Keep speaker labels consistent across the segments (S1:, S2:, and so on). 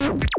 S1: Du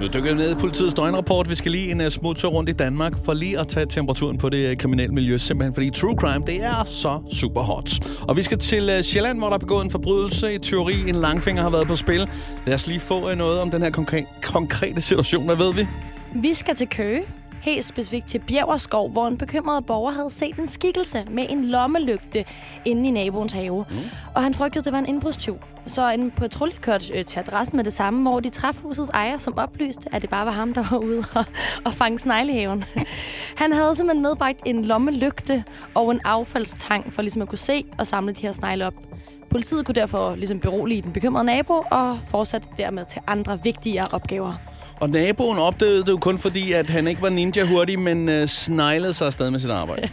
S2: Nu dykker vi ned i politiets døgnrapport. Vi skal lige en øh, smut rundt i Danmark for lige at tage temperaturen på det øh, kriminelle miljø. Simpelthen fordi true crime, det er så super hot. Og vi skal til øh, Sjælland, hvor der er begået en forbrydelse. I teori, en langfinger har været på spil. Lad os lige få øh, noget om den her konkre- konkrete situation. Hvad ved vi?
S3: Vi skal til Køge, helt specifikt til Bjergerskov, hvor en bekymret borger havde set en skikkelse med en lommelygte inde i naboens have. Mm. Og han frygtede, at det var en indbrudstyv. Så en patrulje kørte øh, til adressen med det samme, hvor de traf husets ejer, som oplyste, at det bare var ham, der var ude og, og fange sneglehaven. Han havde simpelthen medbragt en lommelygte og en affaldstang for ligesom at kunne se og samle de her snegle op. Politiet kunne derfor ligesom berolige den bekymrede nabo og fortsatte dermed til andre vigtigere opgaver.
S2: Og naboen opdagede det jo kun fordi, at han ikke var ninja hurtig, men øh, sneglede sig afsted med sit arbejde.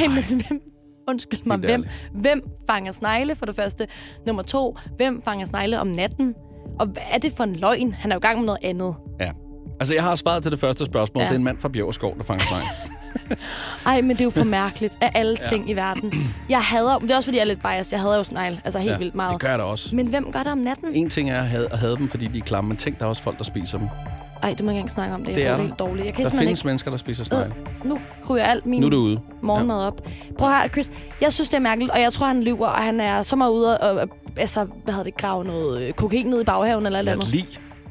S3: Ej, men hvem, undskyld mig,
S2: Helt
S3: hvem, hvem fanger snegle for det første? Nummer to, hvem fanger snegle om natten? Og hvad er det for en løgn? Han er jo i gang med noget andet.
S2: Ja. Altså, jeg har svaret til det første spørgsmål. Ja.
S3: Ja.
S2: Det er en mand fra Bjergskov, der fanger snegle.
S3: Ej, men det er jo for mærkeligt af alle ting ja. i verden. Jeg hader, men det er også fordi, jeg er lidt biased. Jeg hader jo snegle, altså helt ja, vildt meget.
S2: Det gør jeg da også.
S3: Men hvem gør det om natten?
S2: En ting er at have, at have dem, fordi de er klamme, men tænk, der er også folk, der spiser dem.
S3: Ej, du må ikke engang snakke om det. Jeg
S2: Det
S3: det
S2: er
S3: får det
S2: der.
S3: helt dårligt. Jeg kan
S2: Der
S3: simpelthen
S2: findes mennesker, der
S3: Øh,
S2: spiser snegle.
S3: ikke... Nu ryger alt min
S2: Nu er det ude.
S3: morgenmad op. Prøv at høre, Chris. Jeg synes, det er mærkeligt, og jeg tror, han lyver, og han er så meget ude og, og altså, hvad hedder det, grave noget øh, kokain ned i baghaven eller et eller andet.
S2: Lad lige.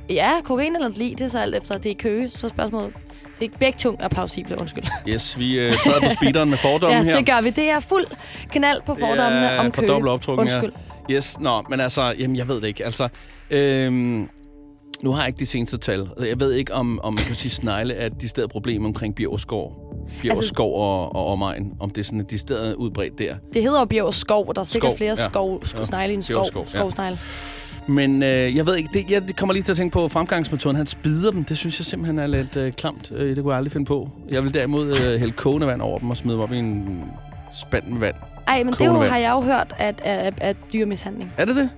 S3: Ja, kokain eller lig, det er så alt efter, det er køge, så er spørgsmålet. Det er begge tungt og plausible, undskyld.
S2: Yes, vi øh, træder på speederen med fordomme
S3: ja,
S2: her.
S3: det gør vi. Det er fuld kanal på fordommene
S2: Ja,
S3: om
S2: for
S3: køge.
S2: dobbelt optrukken,
S3: Undskyld.
S2: Ja. Yes, nå, men altså, jamen, jeg ved det ikke. Altså, øhm, nu har jeg ikke de seneste tal. Jeg ved ikke, om, om man kan sige snegle er de steder problem omkring Bjergskov. Bjergskov altså, og, og omegn. Om det er sådan, at de steder er udbredt der.
S3: Det hedder jo bjerg og skov, og der er sikkert skov,
S2: Skov,
S3: flere
S2: ja.
S3: ja. skov, skov, snegle i en
S2: Bjerg og
S3: skov,
S2: skov,
S3: skov,
S2: ja.
S3: skovsnegle.
S2: Men øh, jeg ved ikke, det, jeg kommer lige til at tænke på fremgangsmetoden. Han spider dem. Det synes jeg simpelthen er lidt øh, klamt. Øh, det kunne jeg aldrig finde på. Jeg vil derimod øh, hælde kogende vand over dem og smide dem op i en spand med vand.
S3: Ej, men det
S2: Kogende
S3: jo, har jeg jo hørt, at, at, at, at dyremishandling.
S2: Er det det?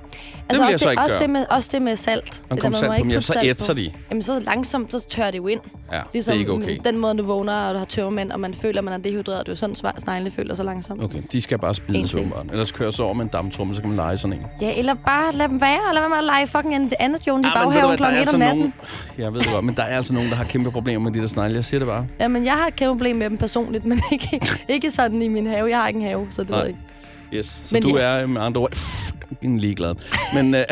S3: Altså
S2: vil jeg
S3: også,
S2: så ikke
S3: også,
S2: gøre.
S3: det med, også det med salt.
S2: Nå,
S3: det
S2: kom
S3: med, at
S2: salt
S3: man
S2: på dem.
S3: ikke
S2: Ja,
S3: putte
S2: så
S3: salt på.
S2: ætser de.
S3: Jamen, så langsomt, så tørrer det jo ind.
S2: Ja,
S3: Ligesom
S2: det er ikke okay.
S3: den måde, du vågner, og du har tørmænd, og man føler, at man er dehydreret. Det er jo sådan, svar- snegle føler sig langsomt.
S2: Okay, de skal bare
S3: En
S2: spides
S3: ting.
S2: åbenbart. Ellers kører så over med en damptrumme, så kan man lege sådan en. Ah,
S3: Ja, eller bare lad dem være, og lad være med at lege fucking en- det andet Jones i
S2: Ah, men ved du
S3: baghaven
S2: hvad,
S3: kl. 1
S2: der er altså
S3: om natten.
S2: nogen, jeg ved det godt, men der er altså nogen, der har kæmpe problemer med de der snegle. Jeg siger det bare.
S3: Jamen, jeg har et kæmpe problem med dem personligt, men ikke, ikke sådan i min have. Jeg har ikke en have, så det ved
S2: Nej.
S3: jeg ikke.
S2: Yes. Så men
S3: Men
S2: du
S3: ja.
S2: er øh, med andre ord en ligeglad. Men, øh,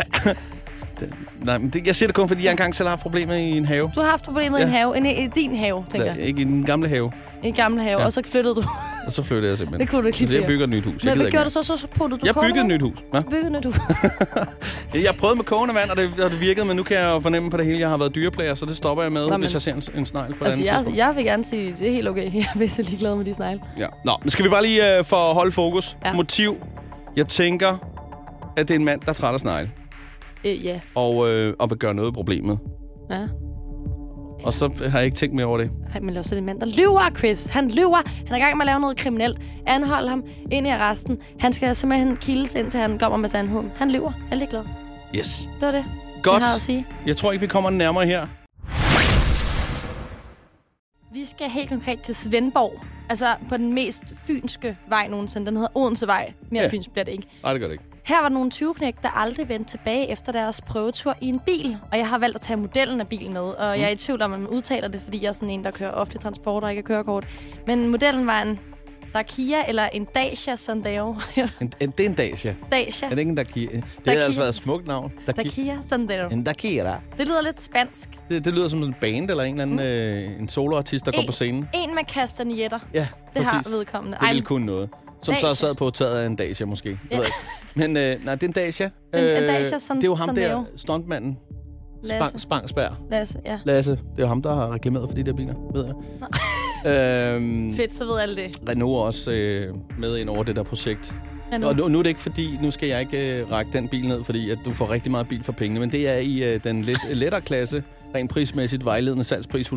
S2: det- nej, men det, jeg siger det kun, fordi jeg engang selv har haft problemer i en have.
S3: Du har haft problemer med
S2: Ja.
S3: en have, en, i din have, tænker jeg.
S2: Ikke i den gamle have.
S3: En gammel have,
S2: Ja.
S3: og så flyttede du.
S2: Og så flyttede jeg simpelthen.
S3: Det kunne du ikke lige
S2: Så jeg
S3: blive.
S2: bygger et nyt hus.
S3: Men
S2: gider
S3: hvad
S2: ikke
S3: gjorde
S2: mere.
S3: du så? Så puttede du
S2: Jeg
S3: kogende
S2: byggede et
S3: vand?
S2: nyt hus. Hva?
S3: Byggede du?
S2: Jeg prøvede med kogende vand, og det, og det virkede, men nu kan jeg jo fornemme på det hele, jeg har været dyreplager, så det stopper jeg med,
S3: Nå, men-
S2: hvis jeg ser en, en snegl på et
S3: altså,
S2: andet tidspunkt.
S3: jeg, jeg vil gerne sige, det er helt okay. Jeg er vist ligeglad med de snegle.
S2: Ja. Nå, men skal vi bare lige øh, for at holde fokus. Ja.
S3: Ja.
S2: Motiv. Jeg tænker, at det er en mand, der er træt af snegle,
S3: Øh, ja.
S2: og, øh, og vil gøre noget af problemet.
S3: ja.
S2: Og så har jeg ikke tænkt mere over det.
S3: Ej, men lad os se, det er en mand, der lyver, Chris. Han lyver. Han er i gang med at lave noget kriminelt. Anhold ham ind i arresten. Han skal simpelthen kildes, indtil han kommer med sandheden. Han lyver. Jeg er ligeglad.
S2: Yes.
S3: Det var det,
S2: Godt.
S3: jeg har at sige.
S2: Jeg tror ikke, vi kommer nærmere her.
S3: Vi skal helt konkret til Svendborg. Altså på den mest fynske vej nogensinde. Den hedder Odensevej. Mere
S2: Ja.
S3: ja. fynsk bliver det ikke.
S2: Nej, det gør det ikke.
S3: Her var nogle 20 der aldrig vendte tilbage efter deres prøvetur i en bil. Og jeg har valgt at tage modellen af bilen med.
S2: Mm.
S3: Og jeg er i tvivl om, at man udtaler det, fordi jeg er sådan en, der kører offentlig transport og ikke har kørekort. Men modellen var en Dacia eller en Dacia Sandero.
S2: En, en, det er en Dacia.
S3: Dacia.
S2: Er det ikke en Dacia? Det har
S3: Dacia.
S2: altså været et smukt navn. Dacia.
S3: Dacia Sandero.
S2: En Dacia.
S3: Det lyder lidt spansk.
S2: Det, det lyder som en band eller en eller anden
S3: Mm.
S2: øh, en soloartist, der går
S3: En-
S2: på scenen.
S3: En med kastanjetter.
S2: Ja,
S3: Det
S2: præcis.
S3: har vedkommende.
S2: Det
S3: Ej,
S2: ville kunne noget. Som så
S3: Dacia.
S2: sad på taget af en Dacia, måske. Jeg
S3: Ja.
S2: ved ikke. Men øh, nej, det er en Dacia.
S3: En- en
S2: Øh,
S3: Dacia San-
S2: Det er jo ham der,
S3: Sandero.
S2: stuntmanden. Spang,
S3: Lasse.
S2: Spangsberg.
S3: Lasse, ja.
S2: Lasse, det er jo ham, der har reklameret for de der biler, ved jeg. øhm,
S3: Fedt, så ved alle det.
S2: Renault er også øh, med ind over det der projekt.
S3: Renault.
S2: Og nu, nu er det ikke fordi, nu skal jeg ikke øh, række den bil ned, fordi at du får rigtig meget bil for pengene, men det er i øh, den lidt lettere klasse, rent prismæssigt vejledende salgspris 118.810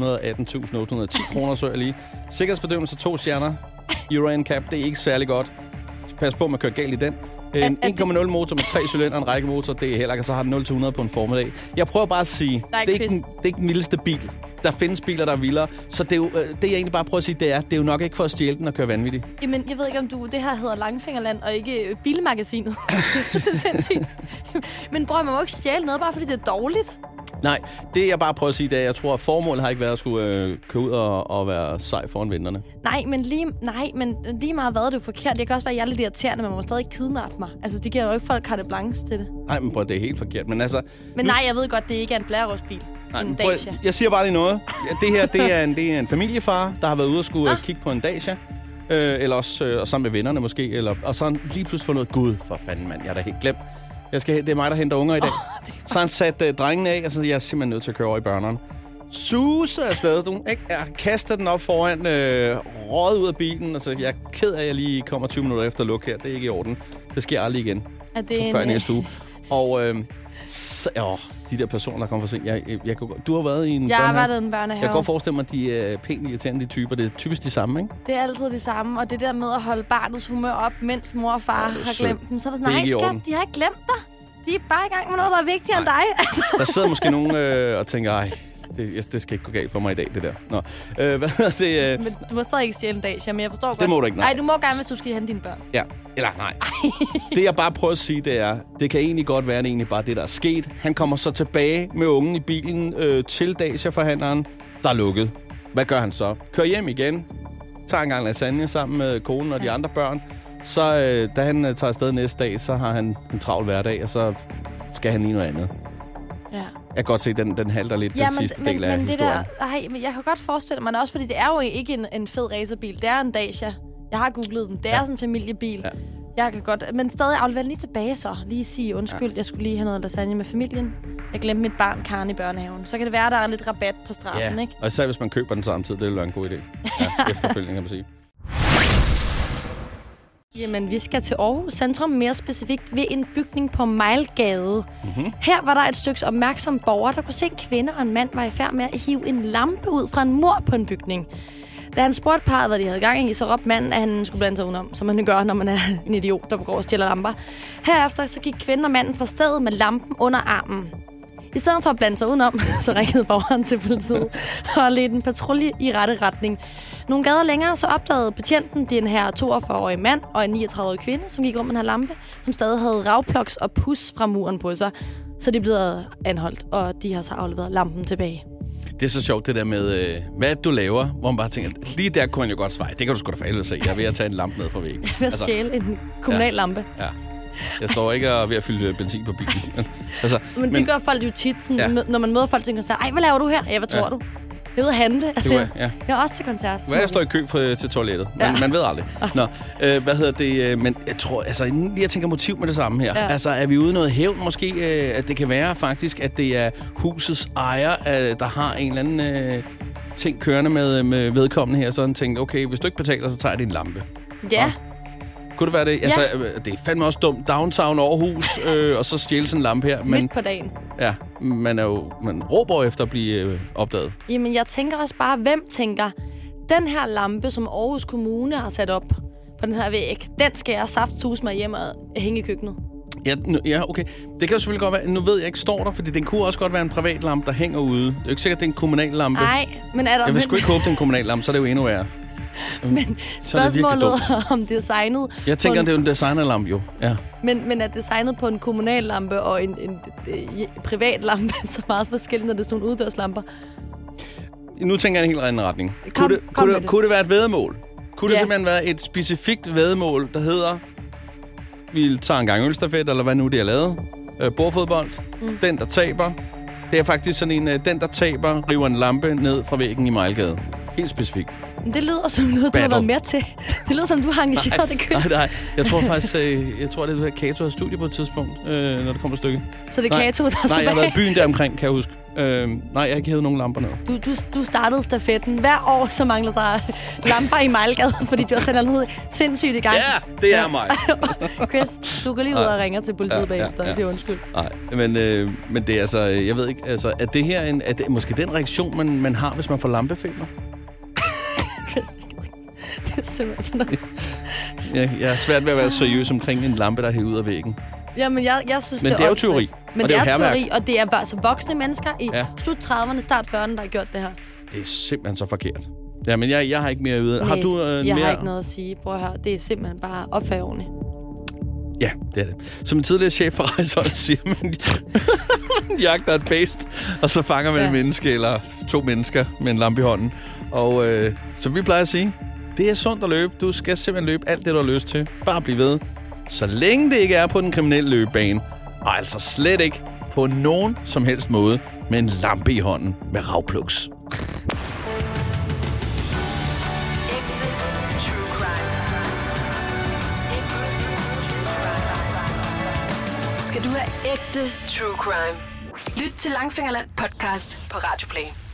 S2: kroner, så jeg lige. Sikkerhedsbedømmelse to stjerner, Euro NCAP, det er ikke særlig godt. Pas på med at køre galt i den. En
S4: er
S2: 1,0 motor med tre cylindre og en række motor, det er heller ikke, og så har den 0 til 100 på en formiddag. Jeg prøver bare at sige,
S4: Nej,
S2: det, er ikke
S4: Chris.
S2: den, det er ikke den vildeste bil. Der findes biler, der er vildere. Så det, er jo, øh, det, jeg egentlig bare prøver at sige, det er, det er jo nok ikke for at stjæle den og køre vanvittigt.
S4: Jamen, jeg ved ikke, om du... Det her hedder Langfingerland, og ikke øh, Bilmagasinet. det er sindssygt. Men bror, man må ikke stjæle noget, bare fordi det er dårligt.
S2: Nej, det jeg bare prøver at sige, det er, jeg tror, at formålet har ikke været at skulle øh, køre ud og, og være sej foran vinderne.
S3: Nej, men lige, nej, men lige meget hvad, det er jo forkert. Det kan også være, at jeg er lidt irriterende, men man må stadig kidnappe mig.
S4: Altså, det giver jo ikke folk carte blanche til det.
S2: Nej, men prøv, det er helt forkert. Men altså,
S4: Men nej, jeg ved godt, det ikke er en blærerøvsbil.
S2: Nej,
S4: en
S2: men prøv,
S4: Dacia.
S2: jeg siger bare lige noget. Ja, Det her, det er en, det er en familiefar, der har været ude og skulle ah.
S4: Ah.
S2: kigge på en Dacia. Øh, eller også øh, og sammen med vennerne måske. Eller, og så har han lige pludselig fundet ud af, Gud, for fanden mand, jeg har da helt glemt. Jeg skal, hen- det er mig, der henter unger i dag. Oh, så har han sat øh, drengene af, og så er jeg simpelthen nødt til at køre over i børneren. Suset afsted, du. Ikke? Jeg kaster den op foran, øh, røget ud af bilen. Altså, jeg er ked af, at jeg lige kommer 20 minutter efter luk her. Det er ikke i orden. Det sker aldrig igen
S4: Er det en,
S2: før
S4: øh,
S2: næste uge. Og øh, så, åh, de der personer, der kommer for sent. Jeg, jeg, jeg, kunne godt- du har været i en
S4: Jeg
S2: børnehave.
S4: arbejdede i en børnehave.
S2: Jeg kan godt forestille mig, at de er pænt irriterende, de typer. Det er typisk de samme, ikke?
S3: Det er altid det samme, og det der med at holde barnets humør op, mens mor og far
S2: Åh, det er
S3: har
S2: sødt.
S3: glemt dem. Så er det
S2: Det er
S3: sådan, nej
S2: ikke i orden."
S3: skat, de har ikke glemt dig. De er bare i gang med noget, der er vigtigere nej. end dig. Altså,
S2: Der sidder måske nogen øh, og tænker, ej, det, jeg, det skal ikke gå galt for mig i dag, det der. Nå, øh, hvad hedder det? Øh,
S4: Men du må stadig ikke stjæle en Dacia, men jeg forstår godt.
S2: må du ikke, nej.
S4: nej. du må gerne, hvis du skal hente dine børn.
S2: ja, eller nej. Det, jeg bare prøver at sige, det er, det kan egentlig godt være, det er egentlig bare det, der er sket. Han kommer så tilbage med ungen i bilen øh, til Dacia-forhandleren, der er lukket. Hvad gør han så? Kører hjem igen, tager en gang lasagne sammen med konen og de andre børn. Så øh, da han øh, tager afsted næste dag, så har han en travl hverdag, og så skal han lige noget andet.
S3: ja.
S2: Jeg kan godt se, den, den halter lidt ja, den sidste del af
S3: det
S2: historien.
S3: der, ej, men jeg kan godt forestille mig det også, fordi det er jo ikke en, en fed racerbil. Det er en Dacia. Jeg har googlet den. Det er sådan en familiebil.
S2: Ja.
S3: Ja. Jeg kan godt, men stadig aflevere den lige tilbage så. Lige sige undskyld, ja. jeg skulle lige have noget lasagne med familien. Jeg glemte mit barn, Karen, i børnehaven. Så kan det være, der er lidt rabat på straffen,
S2: ja.
S3: ikke?
S2: Og især hvis man køber den samtidig, det ville være en god idé. Ja, efterfølgende kan man sige.
S3: Jamen, vi skal til Aarhus Centrum, mere specifikt ved en bygning på Mejlgade. Mm-hmm. Her var der et stykke opmærksom borger, der kunne se en kvinde og en mand var i færd med at hive en lampe ud fra en mur på en bygning. Da han spurgte parret, hvad de havde gang i, så råbte manden, at han skulle blande sig udenom, som man jo gør, når man er en idiot, der går og stjæler lamper. Herefter så gik kvinden og manden fra stedet med lampen under armen. I stedet for at blande sig udenom, så ringede borgeren til politiet og ledte en patrulje i rette retning. Nogle gader længere, så opdagede betjenten den her 42-årige mand og en 39-årig kvinde, som gik rundt med den her lampe, som stadig havde ravploks og pus fra muren på sig. Så de blev anholdt, og de har så afleveret lampen tilbage.
S2: Det er så sjovt, det der med, øh, hvad du laver, hvor man bare tænker, lige der kunne han jo godt svare. Det kan du sgu da for helvede se. Jeg er ved at tage en lampe ned fra væggen.
S3: Ved at stjæle en kommunal
S2: Altså, Ja.
S3: ja. lampe.
S2: ja. Jeg står ikke og er ved at fylde øh, benzin på bilen. altså,
S3: Men, men det gør folk jo tit, sådan,
S2: Ja.
S3: ja. når man møder folk til en koncert. Ej, hvad laver du her? Ja, hvad tror
S2: Ja.
S3: ja. du? Jeg er ude at handle. Altså,
S2: er- ja.
S3: Jeg er også til koncert.
S2: Hvad jeg står i kø for, øh, til toilettet. Man, ja.
S3: Ja.
S2: man ved aldrig. Nå, øh, hvad hedder det? øh, Men jeg tror, altså, inden jeg tænker motiv med det samme her. Ja.
S3: Ja.
S2: Altså, er vi ude i noget hævn måske? Øh, at det kan være faktisk, at det er husets ejer, øh, der har en eller anden øh, ting kørende med, øh, med vedkommende her. Så han tænkte, okay, hvis du ikke betaler, så tager jeg din lampe.
S3: Ja,
S2: Kunne det være det? Ja. Altså, øh, det er fandme også dumt. Downtown Aarhus, øh, og så stjæle sådan en lampe her. Men
S3: midt på dagen.
S2: ja, man, er jo, man råber jo efter at blive øh, opdaget.
S3: Jamen, jeg tænker også bare, hvem tænker, den her lampe, som Aarhus Kommune har sat op på den her væg, den skal jeg saftsus mig hjem og hænge i køkkenet.
S2: Ja, nu, ja, okay. Det kan jo selvfølgelig godt være. Nu ved jeg ikke, står der, fordi den kunne også godt være en privat lampe, der hænger ude. Det er jo ikke sikkert, det er en kommunal lampe.
S3: Nej, men er der...
S2: Jeg vil
S3: men-
S2: sgu ikke håbe, det er en kommunal lampe, så er det jo endnu værre.
S3: Men
S2: så er det virkelig
S3: spørgsmålet om designet... på
S2: Jeg tænker,
S3: en,
S2: det er jo en designerlampe, jo. Ja.
S3: men, men er designet på en kommunal lampe og en, en, en, en privat lampe så meget forskelligt, når det er sådan nogle uddørslamper?
S2: Nu tænker jeg i en helt anden retning.
S3: Kom-
S2: kunne, det,
S3: kom
S2: kunne,
S3: med
S2: det,
S3: det.
S2: kunne det være et vedmål? Kunne det
S3: Ja.
S2: simpelthen være et specifikt vedmål, der hedder, vi tager en gang ølstafet, eller hvad nu det er lavet, øh, bordfodbold, mm. den der taber, det er faktisk sådan en, øh, den der taber, river en lampe ned fra væggen i Mejlgade. Helt specifikt.
S3: Men det lyder som noget, du har
S2: Battle.
S3: været med til. Det lyder som, du har engageret dig,
S2: Nej,
S3: Chris.
S2: nej. Jeg tror faktisk, øh, jeg tror, det er Kato har studie på et tidspunkt, øh, når det kommer et stykke.
S3: Så det er
S2: Nej.
S3: Kato, der er
S2: Nej, jeg har været
S3: tilbage.
S2: i byen der omkring, kan jeg huske. Øh, nej, jeg har ikke hævet nogen lamper ned.
S3: Du, du, du startede stafetten. Hver år, så mangler der lamper i Mejlgade, fordi du har sat noget sindssygt i gang.
S2: Ja, det er mig.
S3: Chris, du går lige ud og ringer til politiet
S2: Ja,
S3: ja,
S2: ja,
S3: bagefter
S2: ja.
S3: og siger undskyld.
S2: Nej, men, øh, men det er altså, øh, jeg ved ikke, altså, er det her en, er det måske den reaktion, man, man har, hvis man får lampefeber?
S3: Chris, jeg gider ikke. det er simpelthen...
S2: Jeg, jeg er svært ved at være seriøs omkring en lampe, der er hævet ud af væggen.
S3: Jamen, jeg, jeg synes,
S2: Men det er jo
S3: åndssvagt.
S2: teori,
S3: Men det,
S2: og det er
S3: er
S2: jo hærværk.
S3: teori, og det er bare altså voksne mennesker i
S2: Ja.
S3: ja. slut 30'erne, start 40'erne, der har gjort det her.
S2: Det er simpelthen så forkert. Jamen, jeg, jeg har ikke mere at vide. Har
S3: Nej,
S2: du øh,
S3: jeg
S2: mere?
S3: har ikke noget at sige. Prøv at høre, det er simpelthen bare opfag ordentligt.
S2: Ja, det er det. Som en tidligere chef for rejseholdet siger, man man jagter et bæst, og så fanger man ja.
S3: Ja.
S2: et menneske, eller to mennesker med en lampe i hånden. Og øh, som vi plejer at sige, det er sundt at løbe. Du skal simpelthen løbe alt det, du har lyst til. Bare bliv ved. Så længe det ikke er på den kriminelle løbebane, og altså slet ikke på nogen som helst måde med en lampe i hånden med ravpluks.
S1: Ægte true crime. Ægte true crime. Skal du have ægte true crime? Lyt til Langfingerland podcast på Radio Play.